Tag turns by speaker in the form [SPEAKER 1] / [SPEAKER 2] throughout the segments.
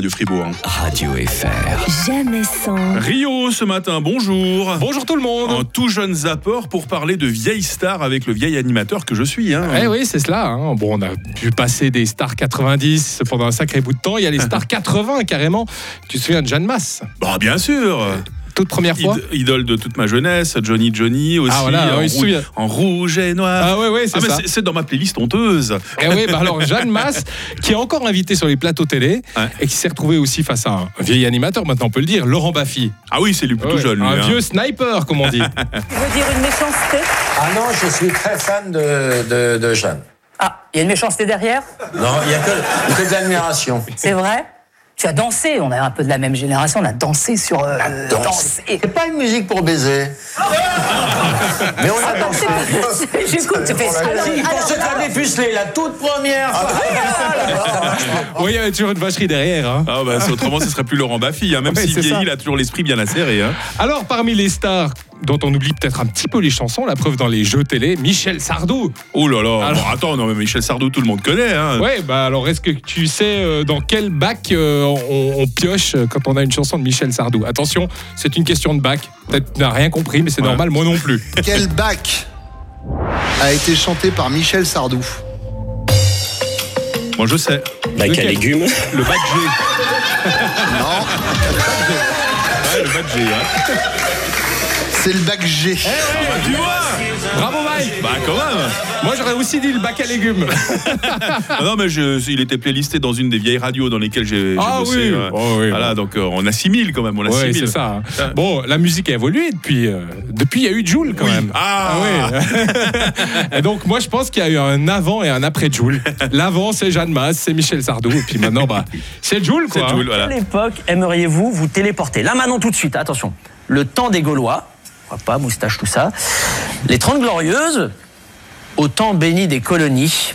[SPEAKER 1] de Fribourg. hein.
[SPEAKER 2] Radio FR.
[SPEAKER 3] Jamais sans.
[SPEAKER 1] Rio ce matin, bonjour.
[SPEAKER 4] Bonjour tout le monde.
[SPEAKER 1] Un tout jeune apport pour parler de vieilles stars avec le vieil animateur que je suis. hein.
[SPEAKER 4] Eh oui, c'est cela. hein. Bon, on a pu passer des stars 90 pendant un sacré bout de temps. Il y a les stars 80 carrément. Tu te souviens de Jeanne Masse
[SPEAKER 1] Bah, bien sûr.
[SPEAKER 4] Toute première fois
[SPEAKER 1] Id- idole de toute ma jeunesse, Johnny Johnny aussi.
[SPEAKER 4] Ah, voilà,
[SPEAKER 1] en,
[SPEAKER 4] oui, je
[SPEAKER 1] rouge,
[SPEAKER 4] me souviens.
[SPEAKER 1] en rouge et noir.
[SPEAKER 4] Ah ouais, ouais, c'est
[SPEAKER 1] mais
[SPEAKER 4] ça.
[SPEAKER 1] c'est- c'est dans ma playlist honteuse.
[SPEAKER 4] Eh oui, bah alors Jeanne Masse, qui est encore invitée sur les plateaux télé
[SPEAKER 1] Ouais.
[SPEAKER 4] et qui s'est retrouvée aussi face à un vieil animateur, maintenant on peut le dire, Laurent Baffy.
[SPEAKER 1] Ah oui, c'est lui plutôt
[SPEAKER 4] Ouais,
[SPEAKER 1] jeune. lui,
[SPEAKER 4] un
[SPEAKER 1] hein.
[SPEAKER 4] vieux sniper, comme on dit.
[SPEAKER 5] veux dire une méchanceté
[SPEAKER 6] Ah non, je suis très fan de, de, de Jeanne.
[SPEAKER 5] Ah, il y a une méchanceté derrière
[SPEAKER 6] Non, il n'y a que, que de l'admiration.
[SPEAKER 5] C'est vrai Tu as dansé, on est un peu de la même génération, on a dansé sur... euh,
[SPEAKER 6] danse.
[SPEAKER 5] dansé.
[SPEAKER 6] C'est pas une musique pour baiser. Mais on a
[SPEAKER 5] Ah,
[SPEAKER 6] dansé.
[SPEAKER 5] J'écoute, tu fais ça.
[SPEAKER 6] Si, pour se faire défuceler, la toute première.
[SPEAKER 4] oui, il y avait toujours une vacherie derrière. hein.
[SPEAKER 1] Ah bah, c'est- autrement, ce serait plus Laurent Baffy. hein. Même
[SPEAKER 4] Ouais,
[SPEAKER 1] s'il
[SPEAKER 4] c'est ça.
[SPEAKER 1] vieillit, il a toujours l'esprit bien acéré. hein.
[SPEAKER 4] Alors, parmi les stars dont on oublie peut-être un petit peu les chansons, la preuve dans les jeux télé, Michel Sardou.
[SPEAKER 1] Oh là là.
[SPEAKER 4] Alors-
[SPEAKER 1] Bon, attends, non, mais Michel Sardou, tout le monde connaît. hein.
[SPEAKER 4] Ouais, bah alors est-ce que tu sais euh, dans quel bac euh, on, on pioche euh, quand on a une chanson de Michel Sardou Attention, c'est une question de bac. Peut-être que tu n'as rien compris, mais c'est
[SPEAKER 1] Ouais.
[SPEAKER 4] normal, moi non plus.
[SPEAKER 7] Quel bac a été chanté par Michel Sardou
[SPEAKER 1] Moi, je sais.
[SPEAKER 2] Bac à
[SPEAKER 4] Lequel
[SPEAKER 2] légumes.
[SPEAKER 1] Le bac G.
[SPEAKER 7] Non,
[SPEAKER 1] Ouais, le bac G. hein.
[SPEAKER 7] c'est le bac G.
[SPEAKER 1] Ah bah, tu vois
[SPEAKER 4] Bravo Mike
[SPEAKER 1] Bah, quand même
[SPEAKER 4] Moi j'aurais aussi dit le bac à légumes.
[SPEAKER 1] Ah non, mais je- il était playlisté dans une des vieilles radios dans lesquelles j'ai j'ai
[SPEAKER 4] Ah
[SPEAKER 1] bossé.
[SPEAKER 4] oui.
[SPEAKER 1] ouais.
[SPEAKER 4] Oh oui,
[SPEAKER 1] Voilà, donc euh, on assimile quand même, on
[SPEAKER 4] Ouais,
[SPEAKER 1] assimile.
[SPEAKER 4] c'est ça. hein.
[SPEAKER 1] Ah.
[SPEAKER 4] Bon, la musique a évolué depuis. euh, depuis, il y a eu Joule quand
[SPEAKER 1] Oui.
[SPEAKER 4] même.
[SPEAKER 1] Ah.
[SPEAKER 4] oui. et donc, moi, je pense qu'il y a eu un avant et un après Joule. L'avant, c'est Jeanne Masse, c'est Michel Sardou, et puis maintenant, bah, c'est Joule
[SPEAKER 1] C'est
[SPEAKER 4] quoi. hein.
[SPEAKER 1] tout, voilà.
[SPEAKER 8] À l'époque, aimeriez-vous vous téléporter Là maintenant tout de suite, attention. Le temps des Gaulois, pourquoi pas, moustache, tout ça. Les 30 glorieuses, au temps béni des colonies.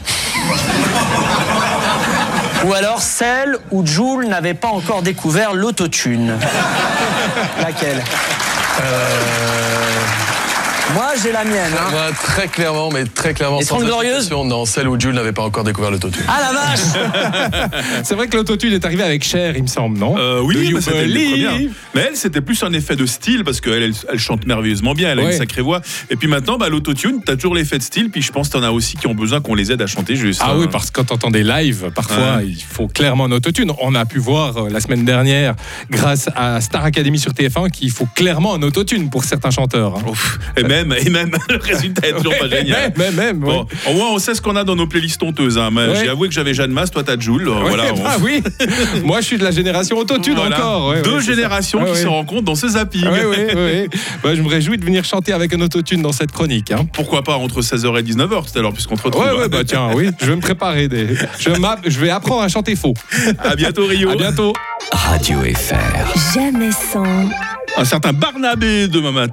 [SPEAKER 8] Ou alors celle où Joule n'avait pas encore découvert l'autotune. Laquelle Euh, Moi j'ai la mienne. hein.
[SPEAKER 9] Moi, très clairement, mais très clairement,
[SPEAKER 8] Les
[SPEAKER 9] sans
[SPEAKER 8] Trente Glorieuses
[SPEAKER 9] hésitation, non, celle où Jules n'avait pas encore découvert le totu.
[SPEAKER 8] Ah la vache
[SPEAKER 4] C'est vrai que l'autotune est arrivé avec Cher, il me semble, non
[SPEAKER 1] Euh,
[SPEAKER 4] Do
[SPEAKER 1] oui,
[SPEAKER 4] you
[SPEAKER 1] bah, c'était une des
[SPEAKER 4] believe
[SPEAKER 1] premières. Mais elle, c'était plus un effet de style parce qu'elle elle, elle chante merveilleusement bien, elle a
[SPEAKER 4] Ouais.
[SPEAKER 1] une sacrée voix. Et puis maintenant, bah, l'autotune, t'as toujours l'effet de style. Puis je pense que t'en as aussi qui ont besoin qu'on les aide à chanter juste.
[SPEAKER 4] Ah
[SPEAKER 1] hein.
[SPEAKER 4] oui, parce que quand t'entends des lives, parfois,
[SPEAKER 1] Ouais.
[SPEAKER 4] il faut clairement un autotune. On a pu voir euh, la semaine dernière, grâce à Star Academy sur TF1, qu'il faut clairement un autotune pour certains chanteurs. hein.
[SPEAKER 1] Ouf. Et même, et même, le résultat est toujours pas
[SPEAKER 4] Ouais,
[SPEAKER 1] génial.
[SPEAKER 4] Même, même,
[SPEAKER 1] Bon,
[SPEAKER 4] ouais.
[SPEAKER 1] au moins, on sait ce qu'on a dans nos playlists honteuses. hein. Mais
[SPEAKER 4] Ouais.
[SPEAKER 1] J'ai avoué que j'avais Jeanne Masse, toi t'as Joule.
[SPEAKER 4] Ouais,
[SPEAKER 1] voilà, on-
[SPEAKER 4] bah oui. Moi, je suis de la génération autotune
[SPEAKER 1] Voilà.
[SPEAKER 4] encore. ouais,
[SPEAKER 1] Deux
[SPEAKER 4] ouais, c'est ça.
[SPEAKER 1] générations
[SPEAKER 4] Ouais,
[SPEAKER 1] qui
[SPEAKER 4] ouais.
[SPEAKER 1] se rencontrent dans ce zapping.
[SPEAKER 4] Ouais, ouais, ouais. Bah, je me réjouis de venir chanter avec un autotune dans cette chronique. hein.
[SPEAKER 1] Pourquoi pas entre 16h et 19h tout à l'heure, puisqu'on te retrouve.
[SPEAKER 4] Ouais, ouais, bah tiens, oui, je vais me préparer. Des... Je, m'a- je vais apprendre à chanter faux.
[SPEAKER 1] À bientôt, Rio.
[SPEAKER 4] À bientôt.
[SPEAKER 2] Radio FR.
[SPEAKER 3] Jamais sans.
[SPEAKER 1] Un certain Barnabé demain matin.